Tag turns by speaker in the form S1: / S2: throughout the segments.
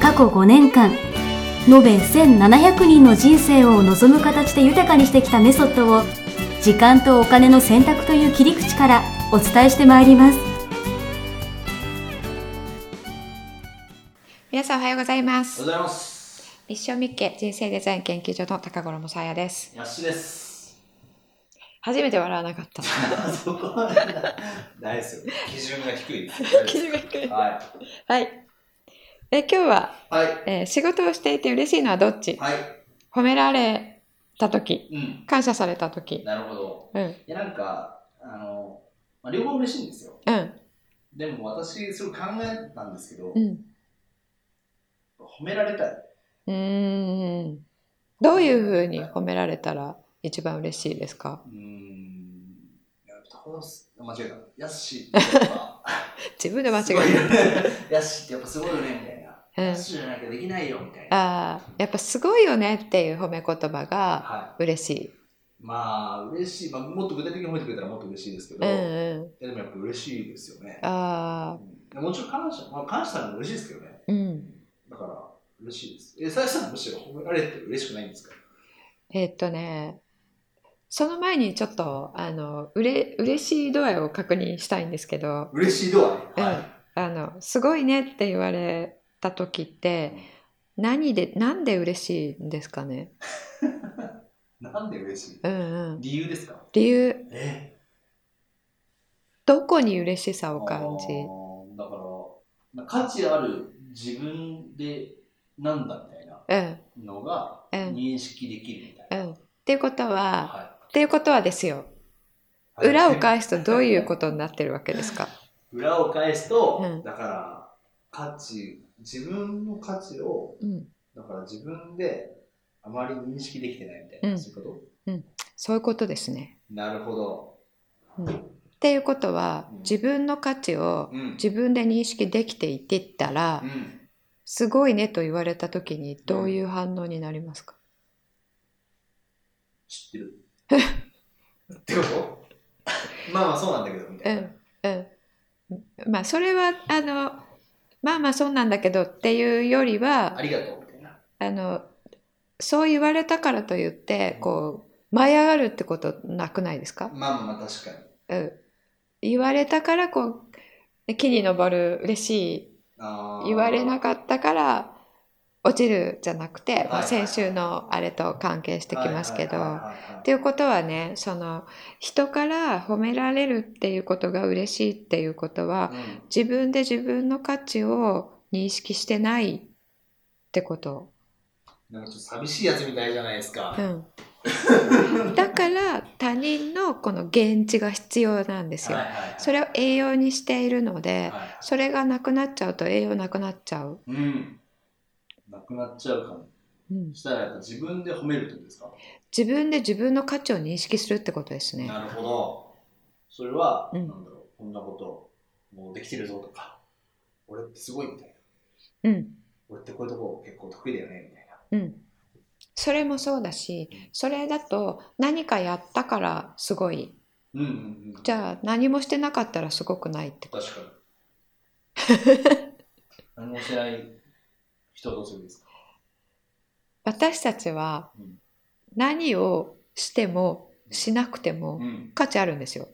S1: 過去5年間延べ1700人の人生を望む形で豊かにしてきたメソッドを時間とお金の選択という切り口からお伝えしてまいります
S2: 皆さんおはようございま
S3: お
S2: す
S3: はようございます。
S2: ミッションミッケ人生デザイン研究所の高頃もさやです
S3: やっしーです。
S2: 初めて笑わなかった
S3: そこはなないです よ。基準が低いです。
S2: 基準が低い
S3: は
S2: はいえ今日は、
S3: い。はい。
S2: えー仕事をしていて嬉しいのはどっち、
S3: はい。
S2: 褒められた時
S3: うん。
S2: 感謝された時
S3: なるほど。
S2: うん
S3: いや、なんか、あの、まあ、両方嬉しいんですよ。
S2: うん
S3: でも私、それ考えたんですけど、
S2: うん
S3: 褒められたい。
S2: うーんどういうふうに褒められたら一番嬉しいですか
S3: うーん。いやどうす間違えた。や っしーってやっぱ、
S2: 自分で間違
S3: すごい
S2: え
S3: よねやっしーってやっぱすごいよね、みたいな。
S2: た、う
S3: や
S2: ん
S3: っ、しーじゃなきゃできないよ、みたいな。
S2: あーやっぱすごいよねっていう褒め言葉が
S3: は
S2: 嬉しい、
S3: い。まあ、嬉しい。まあ、もっと具体的に褒めてくれたらもっと嬉しいですけ
S2: う
S3: ど、
S2: ん
S3: い
S2: うん
S3: やでもやっぱ嬉しいですよね。
S2: あ
S3: うんもちろん感謝、まあ、感謝されるのも嬉しいですけどね。
S2: ーうん
S3: だから、嬉しいです。え、さやさんむしろ褒められて嬉しくないんですか
S2: えーっとね、その前にちょっと、あの、うれ、嬉しい度合いを確認したいんですけど、
S3: 嬉しい度合い。
S2: うんあの、すごいねって言われた時って、何で、なんで嬉しいんですかね。
S3: なんで嬉しい
S2: うんうん。
S3: 理由ですか
S2: 理由、
S3: え
S2: どこに嬉しさを感じ。
S3: だから、まあ価値ある自分でなんだみたいな
S2: うん、
S3: のが
S2: うん、
S3: 認識できるみたいうな。
S2: ん。っていうことは、
S3: は
S2: っていうことはですよ。
S3: い
S2: 裏を返すとどういうことになってるわけですか。
S3: 裏を返すと、
S2: うん
S3: だから、価値、自分の価値を、
S2: うん。
S3: だから自分であまり認識できてないみたいな、
S2: うん
S3: そういうこと
S2: そういうことですね。
S3: なるほど。
S2: うん。っていうことは
S3: うん、
S2: 自分の価値を、
S3: うん。
S2: 自分で認識できていってったら
S3: う、ん、
S2: すごいねと言われた時にどういう反応になりますか、
S3: 知ってる。ってことまあまあそうなんだけど、みたいな。
S2: うん、うん。まあそれは、あの、まあまあそうなんだけどっていうよりは、
S3: ありがとう、みたいな。
S2: あの、そう言われたからといって、こう、舞い上がるってことなくないですか
S3: まあまあまあ確かに。
S2: うん。言われたから、こう、木に登る嬉しい
S3: あー
S2: 言われなかったから落ちるじゃなくて、まあ
S3: はいはい
S2: 先週のあれと関係してきますけど。
S3: はいはいはいはいはい
S2: っていうことはねその人から褒められるっていうことが嬉しいっていうことは
S3: うん
S2: 自分で自分の価値を認識してないってこと、
S3: なんかちょっと寂しいやつみたいじゃないですか。
S2: うん、だから他人のこの現地が必要なんですよ。
S3: はいはい
S2: それを栄養にしているので
S3: はい
S2: それがなくなっちゃうと栄養なくなっちゃう。
S3: うん。なくなっちゃうかも。
S2: うん
S3: そしたらやっぱ自分で褒めるってことですか、
S2: 自分で自分の価値を認識するってことですね。
S3: なるほど。それは、
S2: うん
S3: なんだろう、こんなこと、もうできてるぞとか、俺ってすごいみたいな。
S2: うん、
S3: 俺ってこういうとこ結構得意だよね、みたいな。
S2: うん。それもそうだし、それだと何かやったからすごい。
S3: うんうんうん。
S2: じゃあ何もしてなかったらすごくないってこと。
S3: 確かに。 何もしない人はどうするんですか
S2: 私たちは
S3: うん
S2: 何をしてもしなくても
S3: ん。
S2: 価値あるんですよ。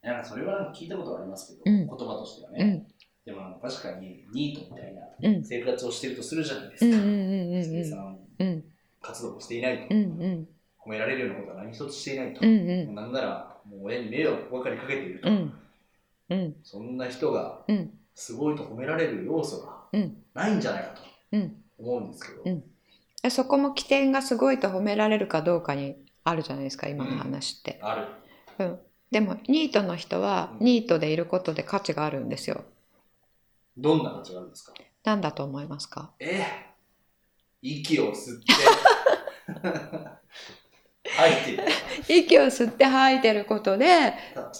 S3: なんかそれはなんか聞いたことありますけど、
S2: うん
S3: 言葉としては
S2: う
S3: ね。
S2: ん、
S3: でもなんか確かにニートみたいな
S2: うん、
S3: 生活をしてるとするじゃないで
S2: う
S3: す
S2: ん、うん、
S3: か。
S2: うん、うん、
S3: 生
S2: う
S3: 産
S2: ん、
S3: 活動もしていないと。
S2: うん、うん、
S3: 褒められるようなことは何一つしていないと。
S2: うん、うん、
S3: なんなら、もう親に迷惑ばかりかけていると。
S2: うん、うん、
S3: そんな人が
S2: うん、
S3: すごいと褒められる要素が
S2: うん、
S3: ないんじゃないかと
S2: うん。
S3: 思うんですけど。
S2: うんでそこも起点がすごいと褒められるかどうかにあるじゃないですか、今の話って。
S3: あ
S2: う
S3: る。
S2: ん、でもニートの人は
S3: うん
S2: ニートでいることで価値があるんですよ。
S3: どんな価値があるんですか
S2: 何だと思いますか
S3: えー息を吸 って、吐いて、
S2: 息を吸って吐いてることで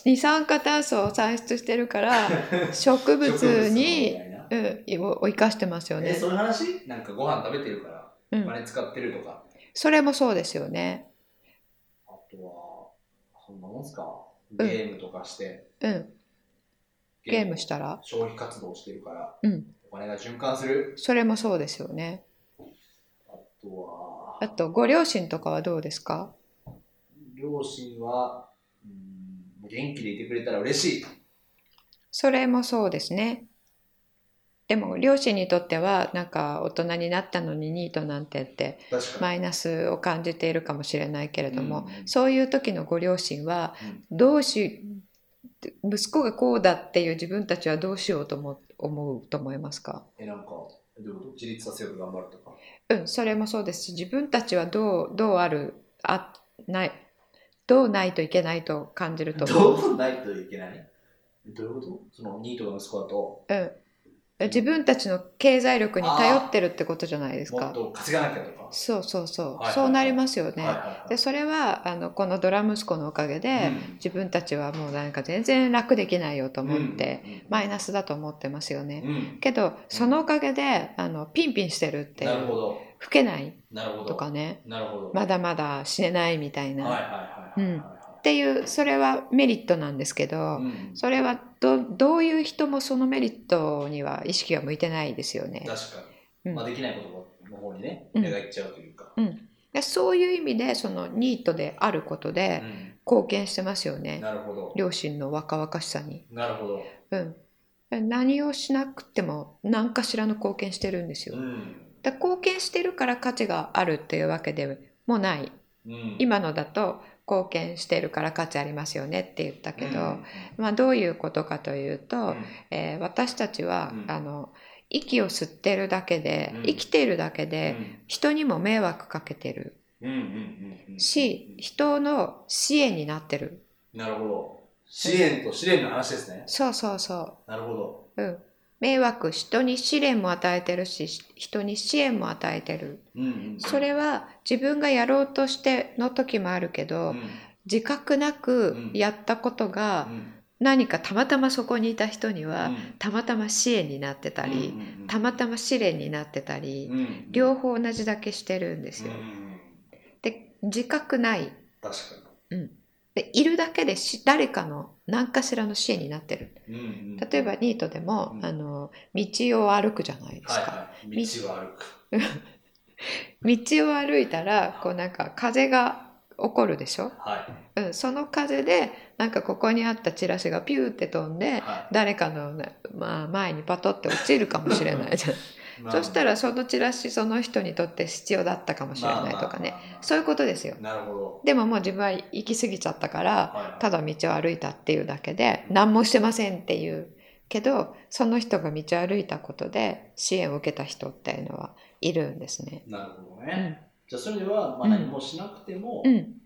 S2: 二酸化炭素を産出してる から植物
S3: み
S2: に
S3: たいな
S2: うん、を生かしてますよ
S3: え
S2: ね、
S3: そういう話なんかご飯食べてるから、
S2: う
S3: お
S2: ん、
S3: 金使ってるとか。
S2: それもそうですよね、
S3: あとは、そんなもんすかゲ
S2: ん
S3: ームとかして、
S2: うん、ゲームしたら、
S3: 消費活動してるから、
S2: うん、
S3: お金が循環する。
S2: それもそうですよね
S3: あとは、
S2: あとご両親とかはどうですか
S3: 両親は、うん、元気でいてくれたら嬉しい。
S2: それもそうですねでも両親にとってはなんか大人になったのにニートなんてって
S3: 確かに。
S2: マイナスを感じているかもしれないけれども、
S3: うん
S2: そういう時のご両親はどうし息子がこうだっていう自分たちはどうしようと思思うと思いますか
S3: え、なんか、どういうこと自立させようと頑張るとか。
S2: うん、それもそうですし自分たちはどうどうあるあないどうないといけないと感じると思う、
S3: どうないといけないどういうことそのニートの息子だと、
S2: うん、自分たちの経済力に頼ってるってことじゃないです
S3: も
S2: か
S3: っと稼がなきゃとか。
S2: そうそうそう、
S3: はいはい
S2: そうなりますよね、
S3: はいはいはい
S2: でそれはあのこのドラ息子のおかげで、
S3: うん
S2: 自分たちはもうなんか全然楽できないよと思って、
S3: うん
S2: マイナスだと思ってますよね、
S3: うん
S2: けどそのおかげであのピンピンしてるってい
S3: なるほ
S2: う
S3: ど。
S2: 老けない
S3: なるほど。
S2: とかね
S3: なるほど。
S2: まだまだ死ねないみたいな、
S3: はいはいはいはいはいは
S2: っていうそれはメリットなんですけど、
S3: い。うん
S2: それはどどういう人もそのメリットには意識が向いてないですよね。
S3: 確か
S2: う
S3: に。
S2: ん
S3: まあできないことの方にね、
S2: うん
S3: 目がいっちゃうというか。
S2: でそういう意味でそのニートであることで
S3: う
S2: 貢献してますよ
S3: ん
S2: ね、
S3: なるほど。
S2: 両親の若々しさに。
S3: なるほど。
S2: うん、何をしなくても何かしらの貢献してるんですよ。
S3: うん
S2: だから貢献してるから価値があるっていうわけでもない
S3: うん
S2: 今のだと貢献してるから価値ありますよねって言ったけど、
S3: うん
S2: まあ、どういうことかというと、
S3: うん
S2: えー私たちは、
S3: うん
S2: あの息を吸ってるだけで、
S3: うん
S2: 生きているだけで、人にも迷惑かけてる
S3: うんうんうんうん
S2: し、人の支援になってる
S3: なるほど。支援と試練の話ですね。
S2: そうそうそ
S3: なるほど。
S2: ううん迷惑人に試練も与えてるし人に支援も与えてる
S3: うんうんうん
S2: それは自分がやろうとしての時もあるけど、
S3: うん
S2: 自覚な
S3: う
S2: く
S3: ん
S2: やったことが、
S3: うん
S2: 何かたまたまそこにいた人には、
S3: うん
S2: たまたま支援になってたり、
S3: うんうんうん
S2: たまたま試練になってたり、
S3: うんうん
S2: 両方同じだけしてるんですよ。
S3: うん
S2: で自覚ない
S3: 確か
S2: でいるだけでし誰かの何かしらの支援になってる
S3: に。うんうん
S2: 例えばニートでも、
S3: うん
S2: あの道を歩くじゃないですか、
S3: はいはい、道を歩く。
S2: 道を歩いたらこうなんか風が起こるでしょ、
S3: は
S2: うん、その風でなんかここにあったチラシがピューって飛ん
S3: い。
S2: で
S3: は
S2: 誰かの、ねまあ、前にパトって落ちるかもしれない じゃん
S3: い。
S2: そしたらそのチラシその人にとって必要だったかもしれないとかね
S3: まあまあまあまあ
S2: そういうことですよ
S3: なるほど。
S2: でももう自分は行き過ぎちゃったから
S3: はいはい
S2: ただ道を歩いたっていうだけで何もしてませんっていうけどその人が道を歩いたことで支援を受けた人っていうのはいるんですね。
S3: なるほど
S2: う
S3: ね。
S2: ん
S3: じゃあ、そういう意味では、まあ、
S2: うん
S3: 何もしなくても、
S2: うん
S3: うん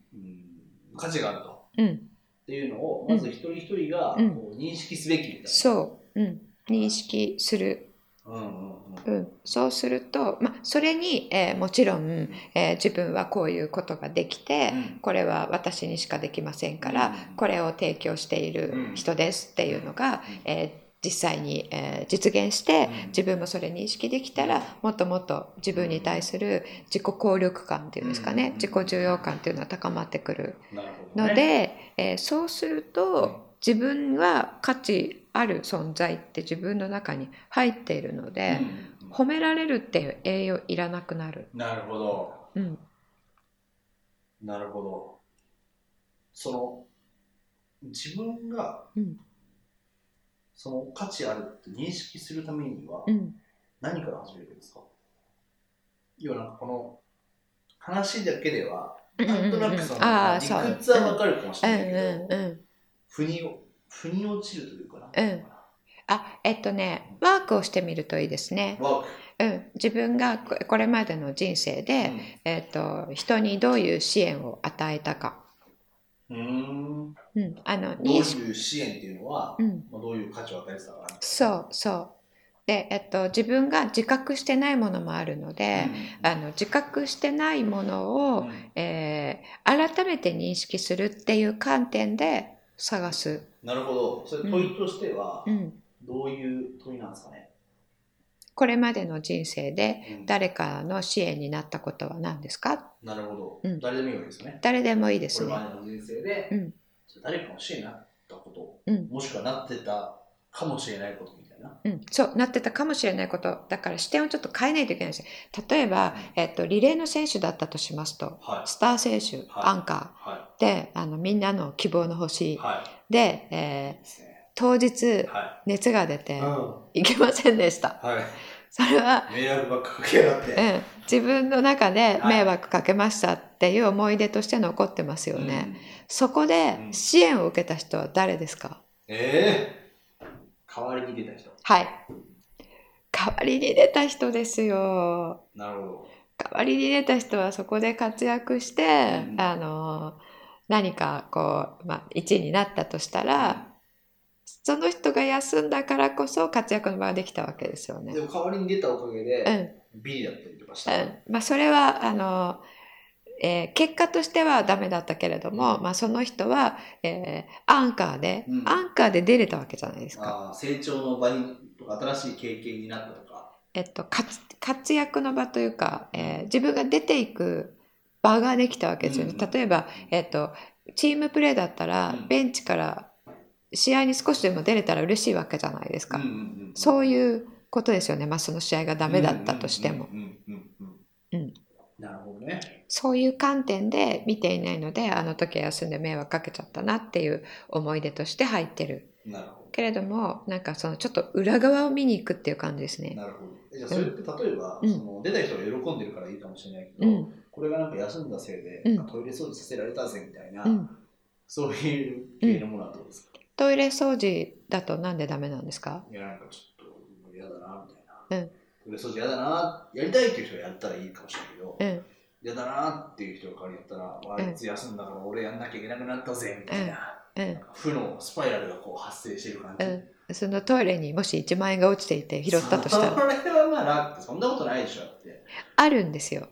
S3: 価値があると。っ
S2: うん、
S3: ていうのを、
S2: うん
S3: まず一人一人が
S2: うん
S3: こう認識すべきみたいな。
S2: そう、うん、認識する、
S3: うんうんうん。
S2: うん、そうすると、まあ、それに、えーもちろん、えー自分はこういうことができて、
S3: うん
S2: これは私にしかできませんから、
S3: うん
S2: これを提供している人ですっていうのが、えー実際に、えー実現して
S3: うん
S2: 自分もそれ認識できたらもっともっと自分に対する自己効力感っていうんですかね、
S3: うん
S2: 自己重要感っていうのは高まってくる
S3: なるほ
S2: の
S3: どね
S2: で、えーそうすると自分は価値ある存在って自分の中に入っているの
S3: うん
S2: で、
S3: うん
S2: 褒められるっていう栄養いらなくなる。
S3: なるほど。
S2: うん
S3: なるほど。その、自分が、
S2: うん
S3: その価値あるって認識するためには、
S2: うん
S3: 何から始めるんですか要はなんかこの話だけでは、なんとなくその、
S2: ああ
S3: 理
S2: そう
S3: 屈はわかるかもし
S2: うん
S3: れ
S2: う
S3: ないけど、
S2: んうん
S3: 腑にを腑に落ちるというかな、
S2: うんあ、えっとね、ワークをしてみるといいですね。
S3: ワーク、
S2: うん、自分がここれまでの人生
S3: う
S2: で、
S3: ん
S2: えっと、人にどういう支援を与えたか。
S3: うーん
S2: うん、あの、
S3: どう
S2: 認識。
S3: いう支援っていうのは、
S2: うん、
S3: まあ、どういう価値を与えてたかな
S2: そうそう。で、えっと、自分が自覚してないものもあるので、あの自覚してないものを、
S3: うん
S2: えー改めて認識するっていう観点で探す。
S3: なるほど。それ問いとしては
S2: う、ん、
S3: どういう問いなんですかね。
S2: これまでの人生で
S3: うん
S2: 誰かの支援になったことは何ですか
S3: なるほ
S2: うん
S3: ど。誰でもいいわけですよね。
S2: 誰でもいいで
S3: こ
S2: す
S3: れ
S2: ね。
S3: までの人生で、
S2: うん
S3: 誰かの死になったこ
S2: う
S3: と、
S2: ん
S3: もしくはなってたかもしれないことみたいな。
S2: うん、そうなってたかもしれないことだから視点をちょっと変えないといけないんですよ例えば、えっと、リレーの選手だったとしますと
S3: はい。
S2: スター選手、
S3: はい
S2: アンカ
S3: は
S2: ーであのみんなの希望の星
S3: い。は
S2: で、
S3: い。
S2: えー
S3: ですね。
S2: 当日
S3: は
S2: 熱が出
S3: い。
S2: て
S3: うん。は。
S2: 行けませんでしたそれはい
S3: 迷惑ばっかかけやがっ
S2: う
S3: て。
S2: ん、自分の中で
S3: はい
S2: 迷惑かけましたっていう思い出として残ってますよね、
S3: うん
S2: そこで
S3: うん
S2: 支援を受けた人は誰ですか
S3: ええ代わりに出た人。
S2: はい代わりに出た人ですよ
S3: なるほど。
S2: 代わりに出た人はそこで活躍して、
S3: うん
S2: あの何かこう、まあ、1位になったとしたらその人が休んだからこそ活躍の場ができたわけですよね
S3: で。も代わりに出たおかげで、
S2: うんう
S3: ビリだったりとかした。
S2: んまあ、それはあの、えー結果としてはダメだったけれども、まあ、その人は、えーアンカーで、
S3: うん
S2: アンカーで出れたわけじゃないですか、
S3: あー成長の場にとか新しい経験になったとか。
S2: えっと、活活躍の場というか、えー自分が出ていく場ができたわけですよね、
S3: うん
S2: 例えばえっと、チームプレーだったら、
S3: うん
S2: ベンチから試合に少しでも出れたら嬉しいわけじゃないですか、
S3: うんうんうん
S2: そういうことですよね、まあ、その試合がダメだったとしても、
S3: うんうんうん
S2: う
S3: うんんうんなるほどね。
S2: そういう観点で見ていないのであの時は休んで迷惑かけちゃったなっていう思い出として入ってる
S3: なるほ
S2: けれどもなんかそのちょっと裏側を見に行くっていう感じです
S3: ど。
S2: ね。
S3: なるほど。えじゃあそれって例えば、
S2: うん
S3: その出た人が喜んでるからいいかもしれないけ
S2: う
S3: ど、
S2: ん
S3: これがなんか休んだせいで、
S2: うん
S3: あトイレ掃除させられたぜみたいな、
S2: うん、
S3: そういう系のものはどうですか、
S2: トイレ掃除だとなんでダメなんですか
S3: いやなんかちょっと嫌だなみたいな。
S2: うん
S3: トイレ掃除嫌だな、やりたいっていう人がやったらいいかもしれないけど、
S2: うん
S3: 嫌だなっていう人が代わりにやったら、わあいつ休んだから俺やんなきゃいけなくなったぜみたい
S2: う
S3: な。
S2: ん
S3: 負のスパイラルがこう発生している感じ、
S2: うんそのトイレにもし1万円が落ちていて拾ったとしたら
S3: それはまあなってそんなことないでしょだって
S2: あるんですよ。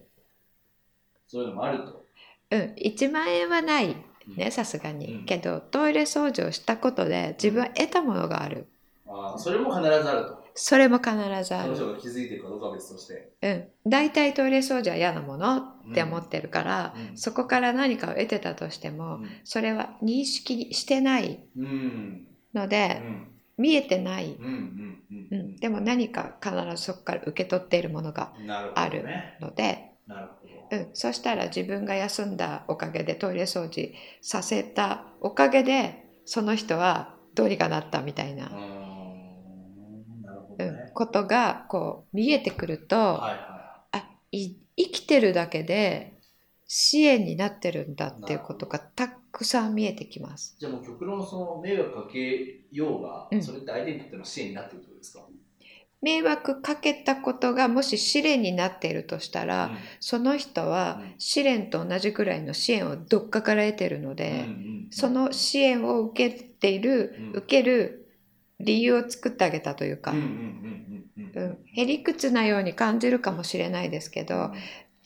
S3: そういうのもあると、
S2: うん、1万円はない
S3: うん
S2: ねさすがに、
S3: うん
S2: けどトイレ掃除をしたことで自分は得たものがある
S3: ああそれも必ずあると
S2: それも必ずあ
S3: その
S2: る、
S3: 人が気づいているかどうかは別として
S2: うん、大体トイレ掃除は嫌なものって思ってるから、
S3: うんうん
S2: そこから何かを得てたとしても、
S3: うん
S2: それは認識してない
S3: うん
S2: の
S3: う
S2: で、
S3: ん
S2: 見えてない、
S3: うんうんうん
S2: う
S3: うん
S2: ん、でも何か必ずそこから受け取っているものが
S3: なるほ
S2: あ
S3: ど
S2: る
S3: ね
S2: ので、
S3: なるほど、
S2: うん、そしたら自分が休んだおかげでトイレ掃除させたおかげでその人はどうにかなったみたいな、
S3: うーんなるほ
S2: う
S3: ど
S2: ん
S3: ね、
S2: ことがこう見えてくると、
S3: はいは
S2: あい生きてるだけで支援になってるんだっていうことがたくさん見えてきます。
S3: いじゃあもう極論その迷惑かけようが、
S2: うん
S3: それって相手にとっての支援になってるってことですか、
S2: 迷惑かけたことがもし試練になっているとしたら、その人は
S3: うん
S2: 試練と同じくらいの支援をどっかから得てるので。
S3: うんうんうん
S2: その支援を受けている、
S3: うん
S2: 受ける理由を作ってあげたというか、
S3: うんうんうんうん
S2: う
S3: うん
S2: ん、へりくつなように感じるかもしれないですけど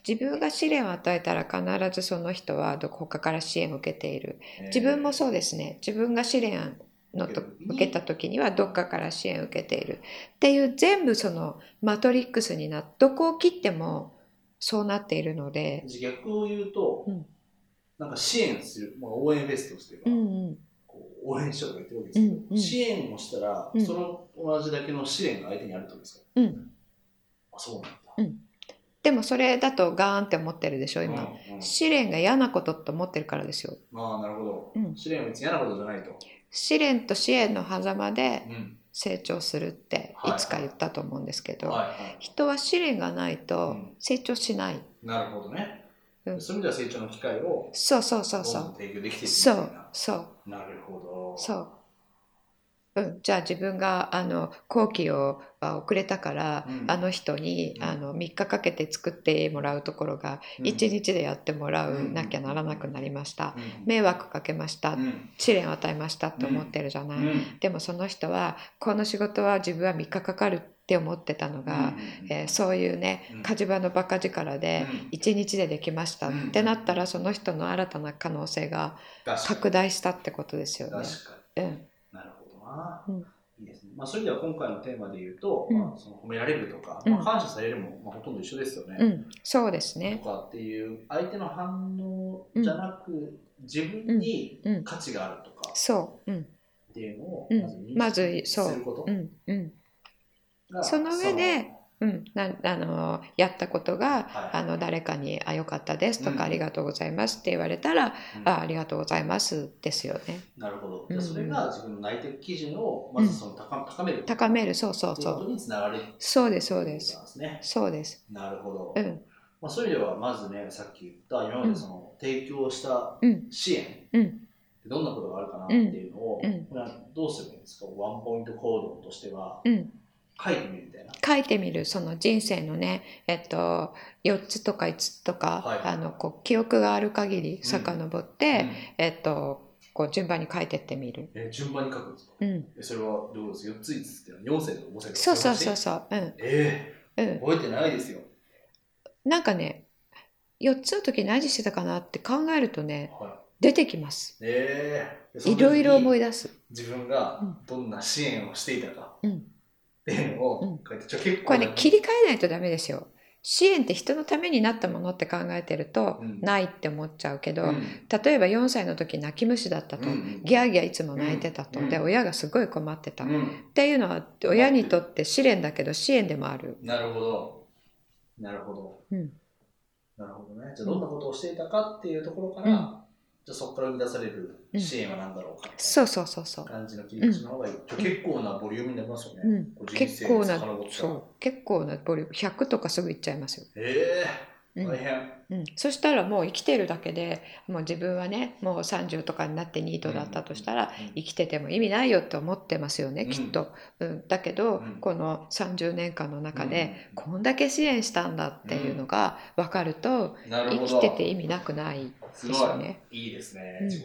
S2: 自分が試練を与えたら必ずその人はどこかから支援を受けている自分もそうですね自分が試練のと受けた時にはどっかから支援を受けているっていう全部そのマトリックスになっどこを切ってもそうなっているので、
S3: じゃあ逆を言うと、
S2: うん
S3: なんか支援する、まあ、応援フェスとしては、
S2: うんうん
S3: こう応援しようとか言ってるわけですけど、
S2: うんうん
S3: 支援をしたら、
S2: うん
S3: その同じだけの試練が相手にあるってことですか、
S2: うん、
S3: あそうなんだ、
S2: でもそれだとガーンって思ってるでしょ今、
S3: うんうん
S2: 試練が嫌なことと思ってるからですよ。
S3: まあなるほど、
S2: うん
S3: 試練は別に嫌なことじゃないと、
S2: 試練と支援の狭間で
S3: うん
S2: 成長するって
S3: はいい
S2: つか言ったと思うんですけど、
S3: はいはい、
S2: 人は試練がないと
S3: うん
S2: 成長しない。
S3: なるほどね、
S2: うん
S3: それでは成長の機会を
S2: そうそうそうそ
S3: どんどん
S2: う。
S3: 提供できていくみ
S2: そ
S3: たいうな
S2: そう
S3: なるほど
S2: そう。うん、じゃあ自分があの後期をあ遅れたから、
S3: うん
S2: あの人に、
S3: うん
S2: あの3日かけて作ってもらうところが
S3: うん
S2: 1日でやってもら
S3: う
S2: うんなきゃならなくなりました、
S3: うん
S2: 迷惑かけました、
S3: うん
S2: 試練を与えましたって思ってるじゃない、
S3: うん
S2: でもその人はこの仕事は自分は3日かかるって思ってたのが、えーそういうね
S3: うん
S2: 火事場のバカ力で
S3: うん
S2: 1日でできましたってなったらその人の新たな可能性が拡
S3: 確
S2: 大したってことですよ
S3: かに
S2: ね。
S3: 確か
S2: う
S3: に
S2: ん
S3: なるほどな、
S2: うん
S3: いいですね、まあ、そういう意味では今回のテーマで言うと、
S2: うん
S3: まあ、その褒められるとか、
S2: うん
S3: まあ、感謝されるも、まあ、ほとんど一緒ですよね、
S2: うん、そうです
S3: と
S2: ね。
S3: かっていう相手の反応じゃなく、自分に
S2: うん、
S3: 価値があるとか
S2: そう、うん、
S3: っていうのを
S2: うん
S3: ま
S2: ま
S3: ず
S2: ず
S3: 認識
S2: そう
S3: すること
S2: うん、うん、
S3: が
S2: その上でうん、なあのやったことが。
S3: そのはい
S2: あの誰かに「あよかったです」とか、
S3: うん
S2: ありがとうございます」って言われたら「
S3: うん
S2: あありがとうございます」ですよね。
S3: なるほど、
S2: うん
S3: でそれが自分の内的基準をまずその高,、高める
S2: 高めるそうそう
S3: という
S2: そ
S3: こと
S2: う
S3: につながる
S2: そうですそうで
S3: と
S2: す
S3: いうことなんですね
S2: そうです。
S3: なるほど、
S2: うん
S3: まあ、そういう意味ではまずねさっき言った今までその提供した
S2: うん
S3: 支援って
S2: うん
S3: どんなことがあるかなっていうのを、
S2: うん
S3: これはどうすればいいんですかワンポイント行動としては
S2: うん。
S3: 書いてみるみたいな、
S2: 書いてみるその人生のね、えっと、4つとか5つとか、
S3: はい
S2: あのこう記憶がある限り遡って、
S3: うん
S2: えっと、こう順番に書いてってみる、
S3: えー順番に書くんですか、
S2: うん、
S3: えそれはどうです4つ5つっていうのは4世とか5世とか
S2: そうそうそう
S3: い話
S2: そう、うん
S3: え
S2: うん
S3: ー、、覚えてないですよ、
S2: なんかね4つの時何してたかなって考えるとね
S3: は
S2: 出てきます
S3: い、えー、で
S2: いろいろ思
S3: その時に
S2: い出す
S3: 自分がどんな支援をしていたか
S2: うん
S3: っていうのを書いて、ちょ結構
S2: これね切り替えないとダメですよ支援って人のためになったものって考えてると、
S3: うん
S2: ないって思っちゃうけど、
S3: うん
S2: 例えば4歳の時泣き虫だったと、
S3: うん
S2: ギャーギャーいつも泣いてたと、
S3: うん
S2: で親がすごい困ってた、
S3: う
S2: っ
S3: ん
S2: ていうのは親にとって試練だけど支援でもある
S3: なるほど。なるほど。
S2: うん
S3: なるほどね。じゃあ、どんなことをしていたかっていうところから、
S2: うん
S3: じゃあそこから生み出される支援は何だろうかみたいな
S2: そうそうそうそう、
S3: 感じの切り口の方がいい。じゃあ結構なボリュームになりますよね。
S2: うん
S3: こ、人
S2: 結
S3: 生
S2: 構な
S3: 遡ったら
S2: そう結構なボリューム100とかすぐいっちゃいますよ、
S3: ええ
S2: うん
S3: 大変。
S2: うん、そしたらもう生きてるだけでもう自分はねもう30とかになってニートだったとしたら、生きてても意味ないよって思ってますよね、
S3: うん
S2: きっと、うん、だけど、
S3: うん
S2: この30年間の中で、
S3: うん
S2: こんだけ支援したんだっていうのが分かると、
S3: なる
S2: 生
S3: ほ
S2: き
S3: ど。
S2: てて意味なくない
S3: す
S2: で
S3: ご
S2: すよね。
S3: い。いいですね。
S2: うん
S3: 自己、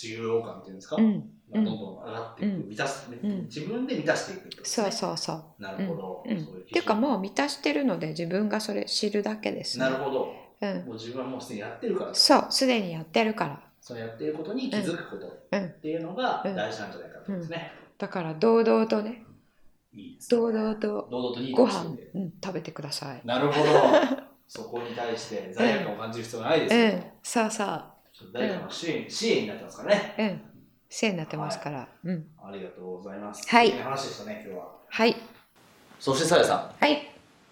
S3: 自由感っていうんですか、
S2: うん、
S3: まあどんどん上がっていく、
S2: うん
S3: 満たす、
S2: ん
S3: 自分で満たしていくってことです
S2: そ
S3: ね
S2: うそうそう。
S3: なるほど。
S2: うん、っ
S3: そういう基準
S2: ていうかもう満たしてるので自分がそれ知るだけです、ね。
S3: なるほど。
S2: うん、
S3: もう自分はもうすでにやってるから、
S2: そうすでにやってるから
S3: そのやっていることに気づくこと
S2: うんうん
S3: っていうのが
S2: う
S3: 大
S2: ん
S3: 事なんじゃないかと思うんですね。
S2: だから堂々とね
S3: いいですね
S2: 堂々と
S3: 堂々といい
S2: ご
S3: ことし
S2: 飯
S3: て、
S2: うん、食べてください。
S3: なるほど。 そこに対して罪悪感を感じる必要はないで
S2: う
S3: すよ、
S2: ん、そうそう、
S3: 誰かの支援支援になってますからね。
S2: うん、せいになってますから、うん、
S3: ありがとうございます。
S2: はい
S3: い話でしたね、今日は。
S2: はい、
S3: そしてさやさ
S2: はい、
S3: ん、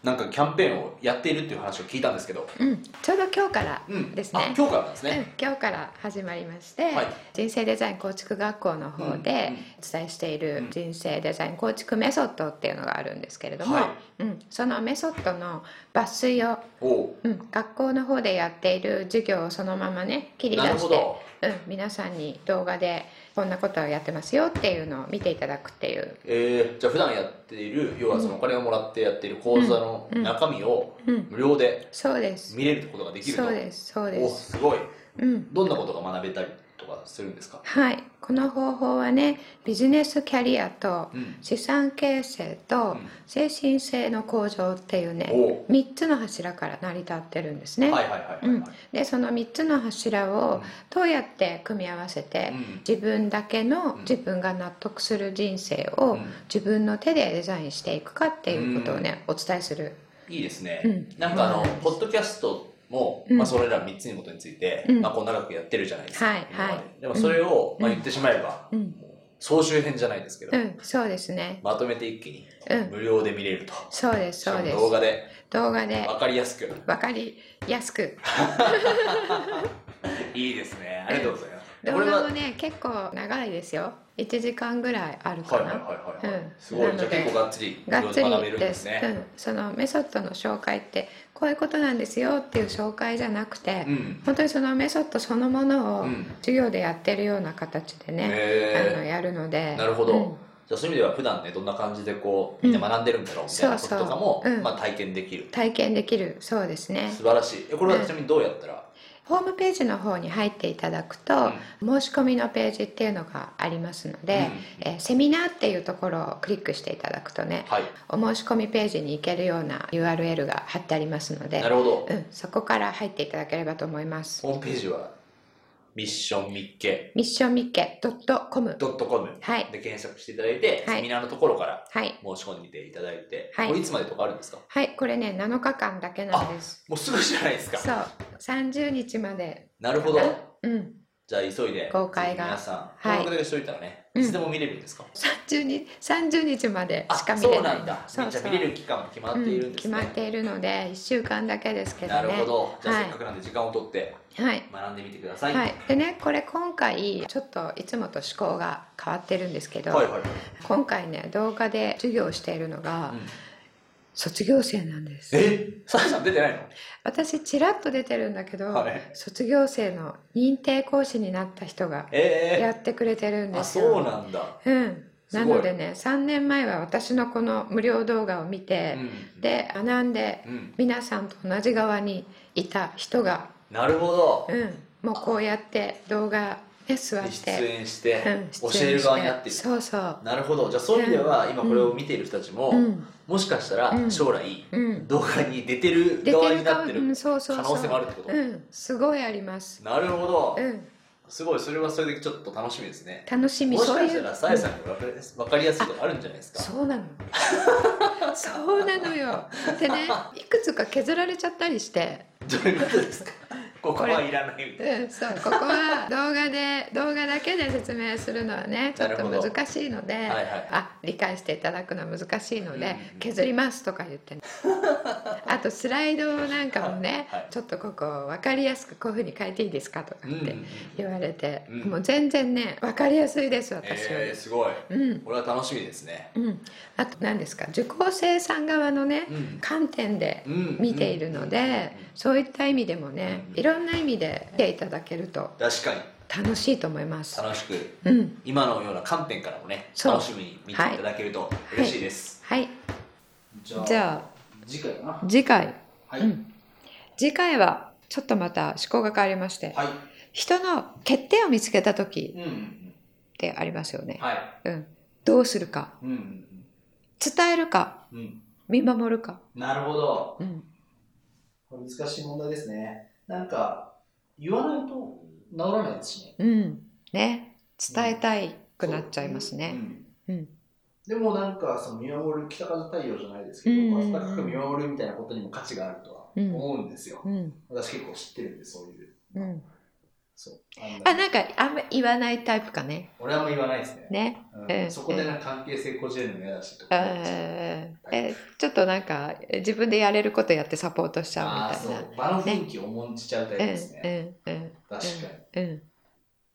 S3: なんかキャンペーンをやっているっていう話を聞いたんですけど、
S2: うん、ちょうど今日から
S3: うん
S2: ですね
S3: あ今日からなんです
S2: うん
S3: ね。
S2: 今日から始まりまして、
S3: はい
S2: 人生デザイン構築学校の方でお伝えしている
S3: うん
S2: 人生デザイン構築メソッドっていうのがあるんですけれども、
S3: はい
S2: うん、そのメソッドの抜粋を、
S3: うんおう
S2: うん、学校の方でやっている授業をそのままね切り出
S3: なるほ
S2: して、
S3: ど。
S2: うん、皆さんに動画でこんなことをやってますよっていうのを見ていただくっていう、
S3: えー、じゃあ普段やっている要はそのお金をもらってやっている講座の中身を
S2: うん、
S3: 無料で
S2: そうです
S3: 見れることができると
S2: そうですそう
S3: お
S2: です、
S3: すごい
S2: うん、
S3: どんなことが学べたりとかするんですか
S2: はいこの方法はねビジネスキャリアと
S3: うん
S2: 資産形成と
S3: うん
S2: 精神性の向上っていうね、
S3: お
S2: 3つの柱から成り立ってるんですね、
S3: はいはいはいはい
S2: うん
S3: はい、
S2: でその3つの柱
S3: うん
S2: をどうやって組み合わせて、
S3: うん
S2: 自分だけの
S3: うん
S2: 自分が納得する人生を
S3: うん
S2: 自分の手でデザインしていくかっていうことをね、お伝えする、
S3: いいですね、
S2: うん
S3: なんかあの
S2: うん
S3: ポッドキャストも、
S2: うん
S3: まあ、それら3つのことについて、
S2: うん
S3: まあ、こう長くやってるじゃないですか、
S2: はい
S3: 今まで
S2: はい
S3: でもそれを、
S2: うん
S3: まあ、言ってしまえば、
S2: うん
S3: 総集編じゃないですけど、
S2: うん、そうですね
S3: まとめて一気に
S2: うん
S3: 無料で見れると、
S2: そうですそうで
S3: し
S2: す
S3: かも動画で
S2: 動画で
S3: 分かりやすく
S2: 分かりやすく
S3: いいですねありがとうございます、
S2: 動
S3: これは
S2: 画もね結構長いですよ1時間ぐらいある
S3: は
S2: か
S3: い
S2: な、
S3: はいはいはい、
S2: うん
S3: すごい
S2: なの
S3: じゃあ
S2: で
S3: 結構がっつりい
S2: が
S3: ろ
S2: っ
S3: い
S2: つ
S3: ろ学べ
S2: り
S3: るんで
S2: ですす
S3: ね
S2: うん、そのメソッドの紹介ってこういうことなんですよっていう紹介じゃなくて、
S3: うん
S2: 本当にそのメソッドそのもの
S3: う
S2: を
S3: ん
S2: 授業でやってるような形でね、あの
S3: へ
S2: やるので
S3: えなるほど、
S2: うん
S3: じゃあそういう意味では普段ねどんな感じでこうみんな学んでるんだろうみたいなこととかも、
S2: そうそううん
S3: まあ、体験できる
S2: 体験できるそうですね
S3: 素晴らしいえこれは
S2: うん
S3: ちなみにどうやったら
S2: ホームページの方に入っていただく
S3: うん
S2: と、申し込みのページっていうのがありますので、
S3: うん
S2: えーセミナーっていうところをクリックしていただくとね
S3: はい、
S2: お申し込みページに行けるような URL が貼ってありますので
S3: なるほど。
S2: うん、そこから入っていただければと思います
S3: ホームページは、ミッションミッケ
S2: ミッションミッケ .com
S3: .com
S2: はい
S3: で検索していただいて、
S2: はい
S3: セミナーのところから
S2: はい
S3: 申し込んでいただいて、
S2: はい
S3: これいつまでとかあるんですか
S2: はいこれね7日間だけなんです
S3: もうすぐじゃないですか。
S2: そう30日まで
S3: なるほど。
S2: うん
S3: じゃあ急いで、
S2: 公開が
S3: 皆さん、
S2: はい
S3: 登録だけしといたらね、
S2: う
S3: い
S2: ん
S3: つでも見れるんですか、
S2: 30日 ,30 日まで
S3: あ
S2: しか見れない
S3: そうなんだ。
S2: そう
S3: じ
S2: そ
S3: ゃ
S2: う
S3: あ見れる期間も決まっているんですね。
S2: うん、決まっているので1週間だけですけどね
S3: なるほど。じゃあ
S2: はい
S3: せっかくなんで時間を取って
S2: はい
S3: 学んでみてください。
S2: はい、でねこれ今回ちょっといつもと趣向が変わってるんですけど、
S3: はいはいはい
S2: 今回ね動画で授業をしているのが、
S3: うん
S2: 卒業生なんです
S3: えさやさん出てない
S2: 私ちらっと出てるんだけど、
S3: のはい。
S2: 卒業生の認定講師になった人がや
S3: え
S2: ってくれてるん
S3: ー、
S2: で
S3: あ、
S2: すよ
S3: そうなんだ。
S2: うん、
S3: す
S2: な
S3: ごい
S2: のでね3年前は私のこの無料動画を見
S3: う
S2: て、
S3: ん、
S2: で学んで
S3: うん、
S2: 皆さんと同じ側にいた人が、
S3: なるほど。
S2: うん、もうこうやって動画で座っ
S3: 出
S2: て、
S3: 演して、
S2: うん、
S3: 教
S2: 出
S3: え
S2: 演
S3: る
S2: して
S3: 側になっている。
S2: そうそう、
S3: なるほど。じゃあそういう意味では、今これを見ている人たちも、
S2: うん
S3: もしかした
S2: う
S3: ら
S2: ん
S3: 将来、
S2: うん、
S3: 動画に出てる
S2: 出て
S3: 側に
S2: る
S3: な
S2: か
S3: って
S2: う
S3: る
S2: ん、そうそう
S3: 可
S2: そう
S3: 能性があるってこと、
S2: うん、すごいあります。
S3: なるほど、
S2: うん、
S3: すごいそれはそれでちょっと楽しみですね
S2: 楽しみ。
S3: もし
S2: そう
S3: か
S2: い
S3: した
S2: う
S3: らさやさんに分かりやす分かりやすいとこあるんじゃないですか
S2: そうなの。 そうなのよ。でね、いくつか削られちゃったりして、
S3: どういうことですかここはいらないみたい
S2: うん、そう、ここは動画で、動画だけで説明するのはね、ちょっ
S3: なる
S2: と
S3: ほど
S2: 難しいので、
S3: なはいはい
S2: あ、理解していただくのは難しいので、
S3: うん
S2: 削りますとか言 ってね、あとスライドなんかもね、
S3: はいはい
S2: ちょっとここ分かりやすくこういうふうに書いていいですかとか
S3: うんう
S2: っ
S3: んう
S2: て
S3: ん
S2: 言われて、
S3: うん
S2: もう全然ね、分かりやすいです、私より
S3: えー、すごい
S2: うん。
S3: これは楽しみですね
S2: うん、あと何ですか受講生さん側のね、
S3: うん
S2: 観点で
S3: うん
S2: 見ているので、そういった意味でもね、
S3: うん
S2: いろんな意味で見ていただけると
S3: うん確かに
S2: 楽しいと思います。
S3: 楽しく
S2: うん、
S3: 今のような観点からもね
S2: そう
S3: 楽しみに見ていただけると嬉しいです、
S2: はい、
S3: じゃあ
S2: じゃ
S3: 次回かな
S2: あ次回、
S3: はい、
S2: うん次回はちょっとまた思考が変わりまして、
S3: はい
S2: 人の欠点を見つけた時
S3: うんうんうん
S2: ってありますよね。
S3: はい
S2: うん、どうするか、
S3: うん
S2: 伝えるか、
S3: うんうんうん
S2: 見守るか。
S3: なるほど
S2: うん、
S3: これ難しい問題ですね。なんか、言わないと治らないですしね。
S2: うん、ね、伝えたいくなっちゃいますね。
S3: うん
S2: うん
S3: でもなんか、その見守る北風太陽じゃないですけど、
S2: うん
S3: まあ高く見守るみたいなことにも価値があるとは
S2: うん
S3: 思うんですよ。
S2: うん、
S3: 私結構知ってるんで、そういう。
S2: うん。
S3: そうあ
S2: あ、
S3: の
S2: なんか、あんま言わないタイプかね。
S3: 俺はあんま言わないですね。
S2: ね。
S3: うん
S2: ええ
S3: そこでなんか関係性こじれるの嫌だしと
S2: う
S3: か
S2: ん
S3: 思っちゃう。
S2: え、ちょっとなんか、自分でやれることやってサポートしちゃう
S3: ああ、
S2: みた
S3: そ
S2: いうな。。
S3: 場の雰囲気を重んじちゃうタイプです
S2: う
S3: ね。
S2: ん、うん、うん、
S3: 確かに。
S2: うん。うん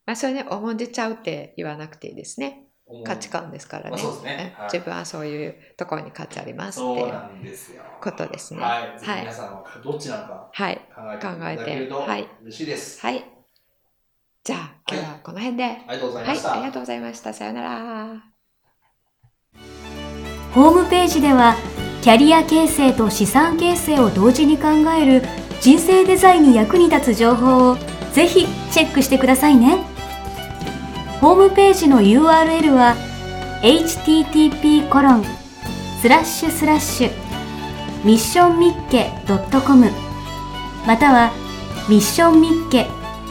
S2: まあ、それね、重んじちゃうって言わなくていいですね。
S3: 重ん
S2: 価値観ですから
S3: ま
S2: ね。
S3: あそうですね
S2: うん
S3: はい
S2: 自分はそういうところに価値ありますって
S3: そ
S2: いうう
S3: なんですよ。
S2: ことですね。
S3: はい。ぜひ
S2: はい
S3: 皆さんはどっちなのか。
S2: はい。
S3: 考えていただけると
S2: 考えてはい
S3: 嬉しいです。
S2: はい。じゃあ、今日はこの辺で。はい、
S3: ありがとうございました。
S2: ありがとうございました。さようなら。
S1: ホームページではキャリア形成と資産形成を同時に考える人生デザインに役に立つ情報をぜひチェックしてくださいねホームページの URL は http コロンスラッシュスラッシュミッションミッケ .com またはミッションミッケ